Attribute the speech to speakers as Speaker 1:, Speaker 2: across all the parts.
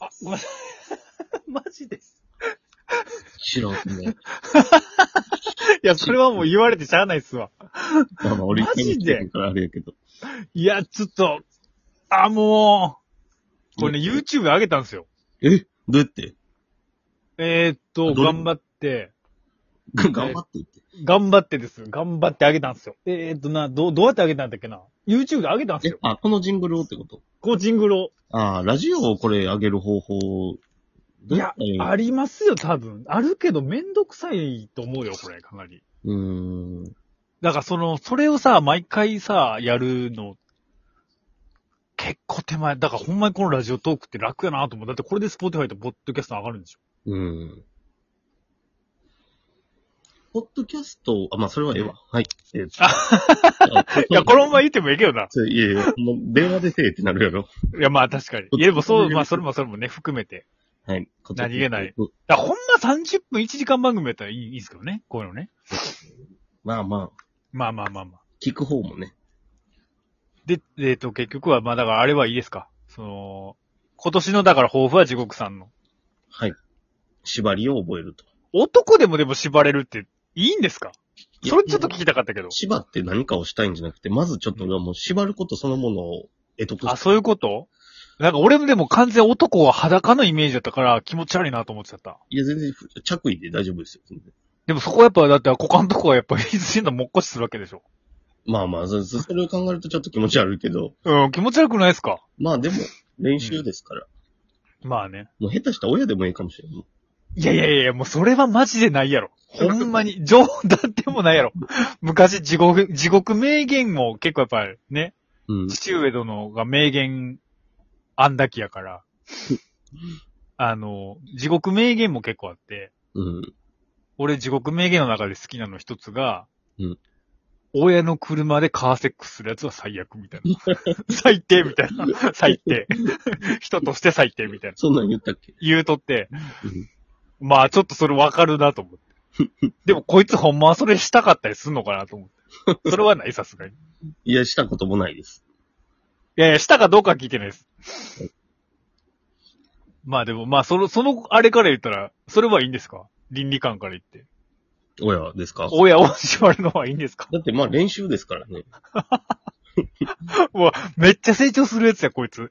Speaker 1: あ、ごめんなさい。 マジで。
Speaker 2: 知らんね。
Speaker 1: いや、それはもう言われてしゃあないっすわ。
Speaker 2: まあまあ、俺
Speaker 1: マジで
Speaker 2: 一回も来てないからあれやけど。
Speaker 1: いや、ちょっと、あ、もう、これね、
Speaker 2: うん
Speaker 1: YouTube 上げたんですよ。
Speaker 2: えどうやって
Speaker 1: えー、っと、
Speaker 2: どれ
Speaker 1: 頑張って、
Speaker 2: が頑張ってって。
Speaker 1: 頑張ってです。頑張って上げたんですよ。えー、っとな、どう、どうやって上げたんだっけな。YouTube で上げたんです
Speaker 2: え
Speaker 1: よ、。
Speaker 2: あ、このジングルをってこと
Speaker 1: コーチングロ
Speaker 2: ああ、ラジオをこれ上げる方法、
Speaker 1: い
Speaker 2: どうや
Speaker 1: や
Speaker 2: ったらいい、の
Speaker 1: ありますよ、多分。あるけど、めんどくさいと思うよ、これ、かなり。
Speaker 2: うーん。
Speaker 1: だから、その、それをさ、毎回さ、やるの、結構手前。だから、ほんまにこのラジオトークって楽やなと思う。だって、これで Spotify とポッドキャスト上がるんでしょ。
Speaker 2: うん。ポッドキャスト、あ、まあ、それはええわ。はい。ええ
Speaker 1: いや、このまま言ってもいいけどな。
Speaker 2: いやいや、もう電話でせえってなるやろ。
Speaker 1: いや、まあ確かに。いや、でもそう、まあそれもそれもね、含めて。
Speaker 2: はい。
Speaker 1: 何気ない
Speaker 2: うん。
Speaker 1: だからほんま30分1時間番組やったらいいいいですけどね。こういうのね。
Speaker 2: まあまあ、
Speaker 1: まあまあまあまあ。
Speaker 2: 聞く方もね。
Speaker 1: で、えっ、と、結局は、まあだからあれはいいですか。その、今年のだから抱負は地獄さんの。
Speaker 2: はい。縛りを覚えると。
Speaker 1: 男でもでも縛れるっていいんですか
Speaker 2: いや
Speaker 1: それちょっと聞きたかったけど。
Speaker 2: 縛って何かをしたいんじゃなくて、まずちょっと俺はもう縛ることそのものを得得
Speaker 1: あ、
Speaker 2: し
Speaker 1: そういうことなんか俺もでも完全男は裸のイメージだったから気持ち悪いなと思っちゃった。
Speaker 2: いや、全然ふ着衣で大丈夫ですよ。全然
Speaker 1: でもそこはやっぱ、だって股間のとこはやっぱ水んだもっこしするわけでしょ。
Speaker 2: まあまあ、そそそれを考えるとちょっと気持ち悪いけど、
Speaker 1: うん、気持ち悪くないですか
Speaker 2: まあでも、練習ですから。
Speaker 1: まあね。
Speaker 2: もう下手したら親でもいいかもしれない。
Speaker 1: いやいやいや、もうそれはマジでないやろ。ほんま に、冗談でもないやろ。昔、地獄、地獄名言も結構やっぱりね、
Speaker 2: うん。
Speaker 1: 父上殿が名言、あんだきや から、あの、地獄名言も結構あって、
Speaker 2: うん。
Speaker 1: 俺地獄名言の中で好きなの一つが、
Speaker 2: うん
Speaker 1: 親の車でカーセックスするやつは最悪みたいな。 最低みたいな。最低。 人として最低みたいな。
Speaker 2: そんなん言ったっけ
Speaker 1: 言うとって、まあちょっとそれわかるなと思っ て。でもこいつほんまはそれしたかったりすんのかなと思って。それはない、さすがに。い
Speaker 2: いや、したこともないです。
Speaker 1: やいや、したかどうかは聞いてないです。まあでも、まあその、そのあれから言ったら、それはいいんですか倫理観から言って。
Speaker 2: 親ですか
Speaker 1: 親を縛るのはいいんですか
Speaker 2: だってまあ練習ですからね。
Speaker 1: うわ、めっちゃ成長するやつや、こいつ。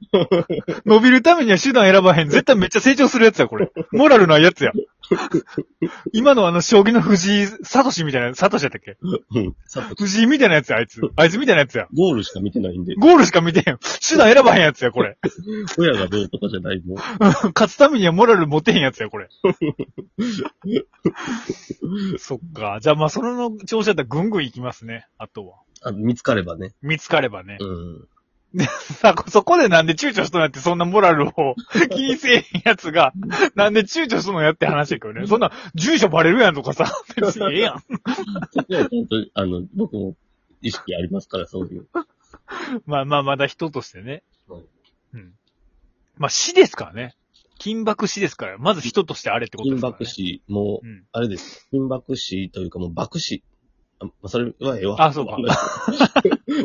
Speaker 1: 伸びるためには手段選ばへん。絶対めっちゃ成長するやつや、これ。モラルないやつや。今のあの、将棋の藤井、サトシみたいな、サトシやったっけ
Speaker 2: うん。さっと、
Speaker 1: 藤井みたいなやつや、あいつ。あいつみたいなやつや。
Speaker 2: ゴールしか見てないんで、
Speaker 1: ゴールしか見てへん。手段選ばへんやつや、これ。
Speaker 2: 親がどうとかじゃないもん。
Speaker 1: 勝つためにはモラル持てへんやつや、これ。そっか。じゃあまあ、その調子だったらぐんぐん行きますね、あとは。
Speaker 2: あ見つかればね。
Speaker 1: 見つかればね
Speaker 2: う。ん。
Speaker 1: さあ、そこでなんで躊躇しとんやって、そんなモラル を気にせえへんやつが、なんで躊躇しとんのやって話だけどね。そんな、住所バレるやんとかさ、別 にええやん。
Speaker 2: そこはちゃんと、あの、僕も意識ありますから、そういう。
Speaker 1: まあまあ、まだ人としてね
Speaker 2: はい。
Speaker 1: うん。まあ、死ですからね。金箔死ですから、まず人としてあれってことで
Speaker 2: 金
Speaker 1: すから、ね。
Speaker 2: 箔師、もう、
Speaker 1: うん。
Speaker 2: あれです。金箔師というかもう箔師。あ、まあ、それはええわ。
Speaker 1: あそう か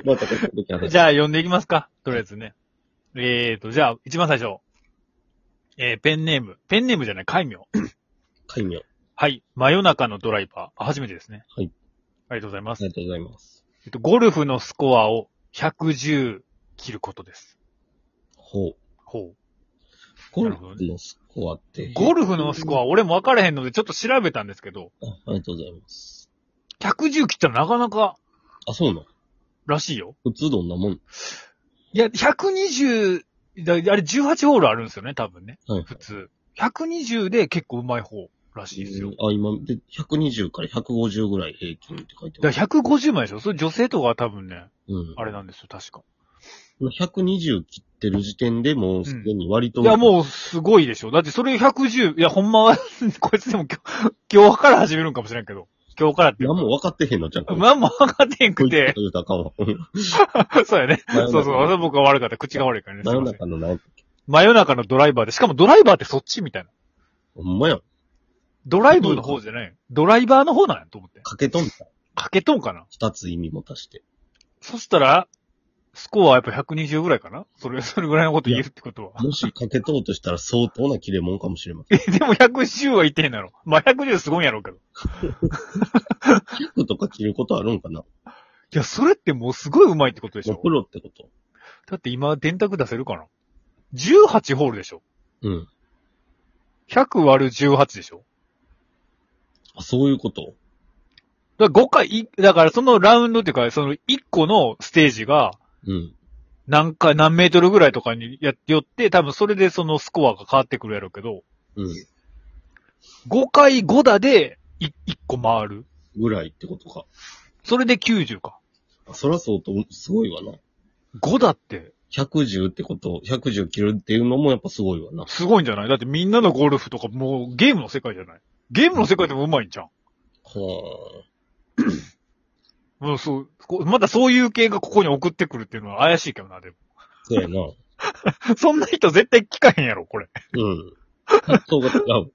Speaker 2: またこっちの話
Speaker 1: じゃあ、読んでいきますか。とりあえずね。えーと、じゃあ、一番最初。えー、ペンネーム。ペンネームじゃない、戒名。
Speaker 2: 戒名。あ
Speaker 1: はい。真夜中のドライバー。あ初めてですね。
Speaker 2: はい。
Speaker 1: ありがとうございます。
Speaker 2: りがとうございます。
Speaker 1: えっと、ゴルフのスコアを110切ることです。
Speaker 2: ほう。
Speaker 1: ほう。
Speaker 2: ゴルフのスコアって。
Speaker 1: ゴルフのスコア、俺も分からへんので、ちょっと調べたんですけど、
Speaker 2: あありがとうございます。
Speaker 1: 110切ったらなかなか、
Speaker 2: あ、そうなの
Speaker 1: らしいよ。
Speaker 2: 普通どんなもん。
Speaker 1: いや、120、だあれ18ホールあるんですよね、多分ね。
Speaker 2: はい。
Speaker 1: 普通。120で結構うまい方らしいですよ。
Speaker 2: あ、今、で、120から150ぐらい平均って書いて
Speaker 1: だ
Speaker 2: ます。
Speaker 1: から150枚でしょそれ女性とかは多分ね、
Speaker 2: うん。
Speaker 1: あれなんですよ、確か。
Speaker 2: 120切ってる時点でもうすでに割と、
Speaker 1: いや、もうすごいでしょ。だってそれ110、いや、ほんまは、 こいつでも今日、今日から始めるんかもしれんけど。今日からっていう
Speaker 2: 何
Speaker 1: か。
Speaker 2: も分かってへんのじゃん。
Speaker 1: まあ、もう分かってへん
Speaker 2: こ
Speaker 1: く
Speaker 2: いつ
Speaker 1: て
Speaker 2: と。言うたらあか んわ。うん
Speaker 1: そうやね。
Speaker 2: 真夜
Speaker 1: そ
Speaker 2: 中
Speaker 1: うそう。僕が悪かった。口が悪いからね。す
Speaker 2: 真
Speaker 1: い
Speaker 2: 夜
Speaker 1: ません
Speaker 2: 中の何
Speaker 1: 真夜中のドライバーで。しかもドライバーってそっちみたいな。
Speaker 2: ほんまやん。
Speaker 1: ドライブの方じゃない。ドライバーの方なんやと思って。
Speaker 2: かけとんか。
Speaker 1: かけとんかな。
Speaker 2: 二つ意味持たして。
Speaker 1: そしたら、スコアはやっぱ120ぐらいかなそれ、それぐらいのこと言えるってことは。
Speaker 2: もしかけとうとしたら相当な切れ者かもしれません。
Speaker 1: え、でも110はいってへんだろ。まあ、110すごいんやろうけど。い
Speaker 2: 100とか切ることあるんかな
Speaker 1: や、それってもうすごい上手いってことでし
Speaker 2: もう
Speaker 1: ょ
Speaker 2: プロってこと。
Speaker 1: だって今、電卓出せるかな ?18 ホールでしょ
Speaker 2: うん。
Speaker 1: ?100 割る18でしょ
Speaker 2: あ、そういうこと
Speaker 1: だから5回、いだからそのラウンドっていうか、その1個のステージが、
Speaker 2: うん。
Speaker 1: 何回、何メートルぐらいとかにやってよって、多分それでそのスコアが変わってくるやろうけど、
Speaker 2: うん。
Speaker 1: 5回5打でい1個回る。
Speaker 2: ぐらいってことか。
Speaker 1: それで90か。
Speaker 2: あそら相当すごいわな。
Speaker 1: 5打って、
Speaker 2: 110ってこと、110切るっていうのもやっぱすごいわな。
Speaker 1: すごいんじゃないだってみんなのゴルフとかもうゲームの世界じゃないゲームの世界でも上手いんじゃん。
Speaker 2: は
Speaker 1: うん、そう、こまだそういう系がここに送ってくるっていうのは怪しいけどな、でも。
Speaker 2: あ。そうやな。
Speaker 1: そんな人絶対聞かへんやろ、これ。
Speaker 2: うん。発想が違う。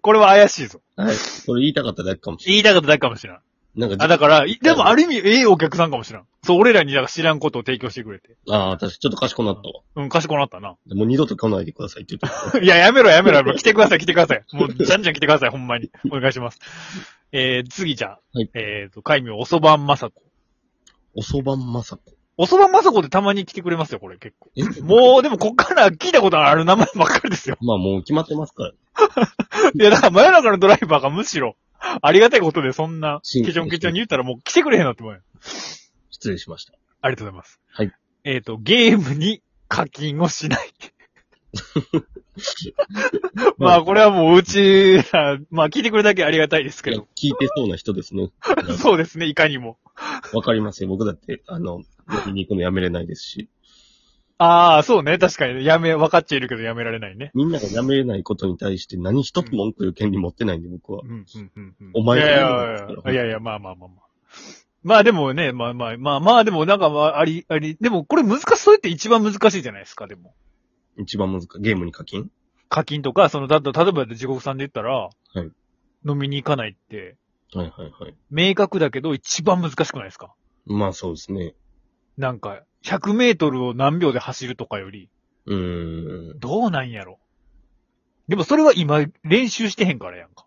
Speaker 1: これは怪しいぞ。
Speaker 2: はい。それ言いたかっただけかもしれ
Speaker 1: 言いたかっただけかもしれん。
Speaker 2: ん。なんか
Speaker 1: あ、
Speaker 2: じ、
Speaker 1: だから、いでもある意味、ええお客さんかもしれん。そう、俺らにだから知らんことを提供してくれて。
Speaker 2: ああ、私ちょっと賢くなったわ。
Speaker 1: うん、賢くなったな。
Speaker 2: でもう二度と来ないでくださいって言っ て
Speaker 1: いや、やめろやめろやめろ。来てください、来てください。もう、じゃんじゃん来てください、ほんまに。お願いします。えー、次じゃあ、
Speaker 2: はい
Speaker 1: えーと、海名、おそばんまさこ。
Speaker 2: おそばんまさこ。
Speaker 1: おそばんまさこってたまに来てくれますよ、これ、結構。
Speaker 2: え
Speaker 1: もう、でも、こっから聞いたことある名前ばっかりですよ。
Speaker 2: まあもう決まってますから。
Speaker 1: いや、だから、真夜中のドライバーがむしろ、ありがたいことで、そんな、
Speaker 2: 真
Speaker 1: ケチョンケチョンに言ったら、もう来てくれへんなって思うよ。
Speaker 2: 失礼しました。
Speaker 1: ありがとうございます。
Speaker 2: はい。
Speaker 1: えーと、ゲームに課金をしない。まあ、これはもう、うちら、まあ、聞いてくれるだけありがたいですけ
Speaker 2: いや
Speaker 1: ど。
Speaker 2: 聞いてそうな人ですね。
Speaker 1: そうですね、いかにも。
Speaker 2: わかりますよ。僕だって、あの、飲みに行くのやめれないですし。
Speaker 1: ああ、そうね。確かに。やめ、分かっちゃいるけどやめられないね。
Speaker 2: みんながやめれないことに対して何一つ文句いう権利持ってないんで、僕は
Speaker 1: う。ん、うん、うんうん。
Speaker 2: お前
Speaker 1: い
Speaker 2: が
Speaker 1: やい
Speaker 2: 言う
Speaker 1: や
Speaker 2: んで
Speaker 1: い
Speaker 2: すから
Speaker 1: や、いやいや、まあまあまあまあ。まあでもね、まあまあ、まあまあでも、なんかまあ、あり、あり、でもこれ難しい、それって一番難しいじゃないですか、でも。
Speaker 2: 一番難しい。ゲームに課金
Speaker 1: 課金とか、その、だと、例えば地獄さんで言ったら、
Speaker 2: い
Speaker 1: 飲みに行かないって、
Speaker 2: はいはいはい。
Speaker 1: 明確だけど一番難しくないですか
Speaker 2: まあそうですね。
Speaker 1: なんか、100メートルを何秒で走るとかより、
Speaker 2: うーん。
Speaker 1: どうなんやろ。でもそれは今、練習してへんからやんか。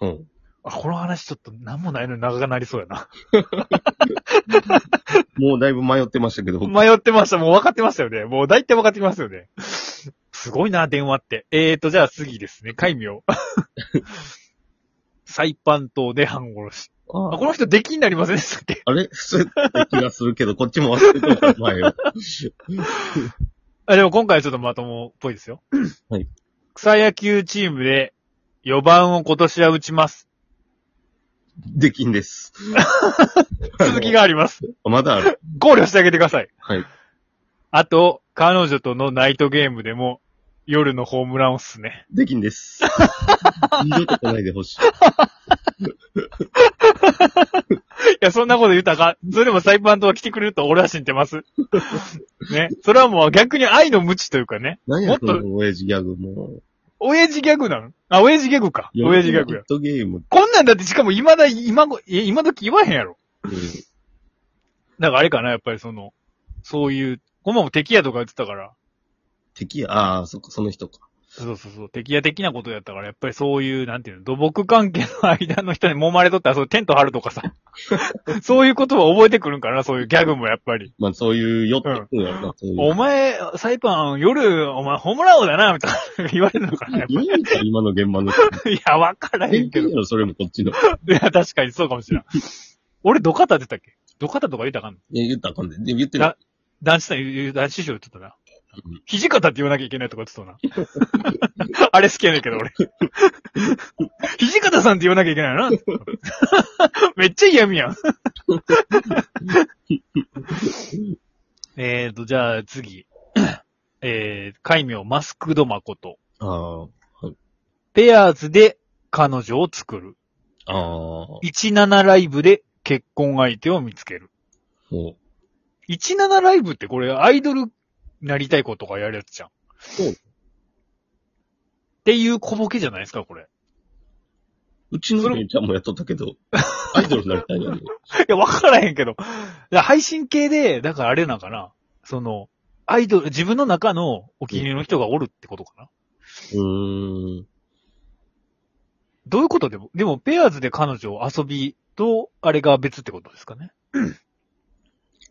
Speaker 2: うん。
Speaker 1: あ、この話ちょっと何もないのに長くなりそうやな。
Speaker 2: もうだいぶ迷ってましたけど、僕
Speaker 1: 迷ってました。もう分かってましたよね。もう大体分かってきますよ ね。すごいな、電話って。えーと、じゃあ次です ね。海名。サイパン島で半殺し。あ、
Speaker 2: あ
Speaker 1: この人出禁になりませんでしたっけ
Speaker 2: あれそれって気がするけど、こっちも忘れてた前よ。
Speaker 1: あ、でも今回はちょっとまともっぽいですよ。
Speaker 2: はい。
Speaker 1: 草野球チームで4番を今年は打ちます。
Speaker 2: できん です。
Speaker 1: 続きがあります。
Speaker 2: まだある。
Speaker 1: 考慮してあげてください。
Speaker 2: はい。
Speaker 1: あと、彼女とのナイトゲームでも夜のホームランをっすね。
Speaker 2: できん です。二度と来ないでほしい。
Speaker 1: いや、そんなこと言ったらあかん。それでもサイパンとは来てくれると俺は信じて ます。ね。それはもう逆に愛の無知というかね。
Speaker 2: 何や
Speaker 1: もっ
Speaker 2: そ
Speaker 1: と
Speaker 2: の親父ギャグも。
Speaker 1: 親父ギャグなのあ、親父ギャグか。親父ギャグや
Speaker 2: ヒッ。トゲーム。
Speaker 1: こんなんだってしかも今だ、今ご、え今時言わへんやろ。
Speaker 2: うん
Speaker 1: だからあれかな、やっぱりその、そういう、このも敵やとか言ってたから。
Speaker 2: 敵や、ああ、そっか、その人か。
Speaker 1: そうそうそう。敵や的なことやったから、やっぱりそういう、なんていうの、土木関係の間の人に揉まれとったら、そうテント張ると かさ。そういうことは覚えてくるんかな、そういうギャグもやっぱり。
Speaker 2: まあ、そういう酔ってくんやろな、そういう。
Speaker 1: お前、サイパン、夜、お前、ホームラン王だな、みたいな 言われるのかな。やっ
Speaker 2: 言うんか、今の現場の人。
Speaker 1: ぱいや、わからへ
Speaker 2: 偏
Speaker 1: んけど。
Speaker 2: 見
Speaker 1: い
Speaker 2: やろ、それもこっちの。
Speaker 1: や、確かにそうかもしれん。俺、ドカタって言ったっけドカタとか言ったらあかんの
Speaker 2: いや、言ったらあかんで。で言ってな
Speaker 1: 男子さん、言う男子師匠言ってたな
Speaker 2: うん。
Speaker 1: 肘方って言わなきゃいけないとか言ってたな。 あれ好きやねんけど、俺。肘方さんって言わなきゃいけない な。めっちゃ嫌味やん。 えーと、じゃあ次。えー、海名マスクドマこと。
Speaker 2: ああ、
Speaker 1: ペアーズで彼女を作る。
Speaker 2: ああ、も
Speaker 1: 17ライブで結婚相手を見つける。
Speaker 2: う、
Speaker 1: 17ライブってこれアイドルなりたい子とかやるやつじゃん。
Speaker 2: そう
Speaker 1: っていう小ボケじゃないですか、これ。
Speaker 2: うちの
Speaker 1: それ
Speaker 2: 姉ちゃんもやっとったけど、アイドルになりたいのに。
Speaker 1: い や、わからへんけど。いや配信系で、だからあれなんかな。その、アイドル、自分の中のお気に入りの人がおるってことかな。
Speaker 2: うーん。
Speaker 1: どういうことでも、でも、ペアーズで彼女を遊びと、あれが別ってことですか ね。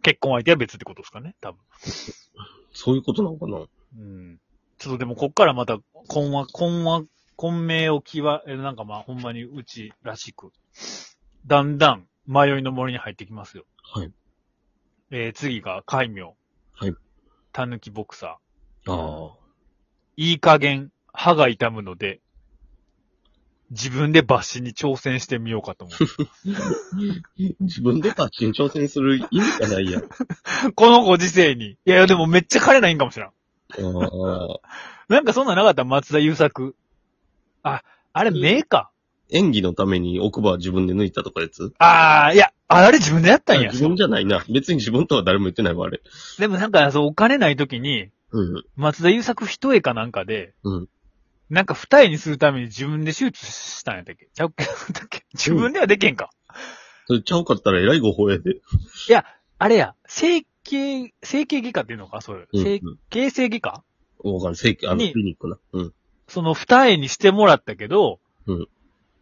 Speaker 1: 結婚相手は別ってことですかね、多分。
Speaker 2: そういうことなのかな
Speaker 1: うん。ちょっとでも、こっからまた、困惑、困惑、混迷を極え、なんかまあ、ほんまにうちらしく、だんだん迷いの森に入ってきますよ。
Speaker 2: はい。
Speaker 1: えー、次が、海名。
Speaker 2: はい。
Speaker 1: たぬきボクサ
Speaker 2: あ
Speaker 1: ー。いい加減、歯が痛むので、自分で抜歯に挑戦してみようかと思う。
Speaker 2: あ。自分でパッチン挑戦する意味がないやん。
Speaker 1: このご時世に。いやいや、でもめっちゃ彼ないんかもしらん。
Speaker 2: ああ。
Speaker 1: なんかそんなんなかった松田優作。あ、あれ目か。
Speaker 2: 演技のために奥歯自分で抜いたとかやつ
Speaker 1: あー、いや、あれ自分でやったんや。
Speaker 2: 自分じゃないな。別に自分とは誰も言ってないわ、あれ。
Speaker 1: でもなんか、そう、お金ない時に、
Speaker 2: うん。
Speaker 1: 松田優作一重かなんかで、
Speaker 2: うん
Speaker 1: なんか二重にするために自分で手術したんやったっけちゃうっけだっけ自分ではできへんか。
Speaker 2: それちゃうかったら偉いご法やで。
Speaker 1: あれや、整形、整形外科っていうのかそう
Speaker 2: う
Speaker 1: い
Speaker 2: ん
Speaker 1: う。整形成外科
Speaker 2: うん。わかる。正規、あの、
Speaker 1: に
Speaker 2: クリニックな。うん。
Speaker 1: その二重にしてもらったけど、
Speaker 2: うん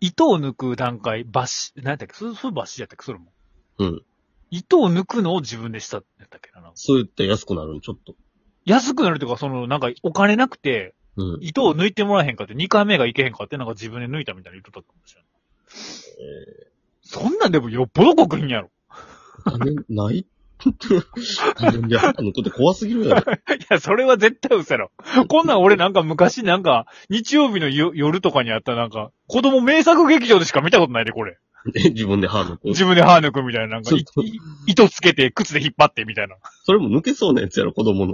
Speaker 1: 糸を抜く段階、抜歯、何やったっけそれ、それ抜歯やったっけそれも。
Speaker 2: うん。
Speaker 1: 糸を抜くのを自分でしたってやったっけな。なんか
Speaker 2: そう言ったら安くなるん、ちょっと。
Speaker 1: 安くなるというか、その、なんかお金なくて、
Speaker 2: うん。
Speaker 1: 糸を抜いてもらえへんかって、2回目がいけへんかって、なんか自分で抜いたみたいな言っとったかもしれない。そんなんでもよっぽど極貧やろ。
Speaker 2: 金ないいや、あの子って怖すぎるやろ。
Speaker 1: いや、それは絶対嘘やろ。こんなん俺なんか昔なんか、日曜日のよ夜とかにあったなんか、子供名作劇場でしか見たことないで、これ。
Speaker 2: え自分で歯抜く。
Speaker 1: 自分で歯抜くみたいな、なんか、い
Speaker 2: ちょっと
Speaker 1: い糸つけて、靴で引っ張ってみたいな。
Speaker 2: それも抜けそうなやつやろ、子供の。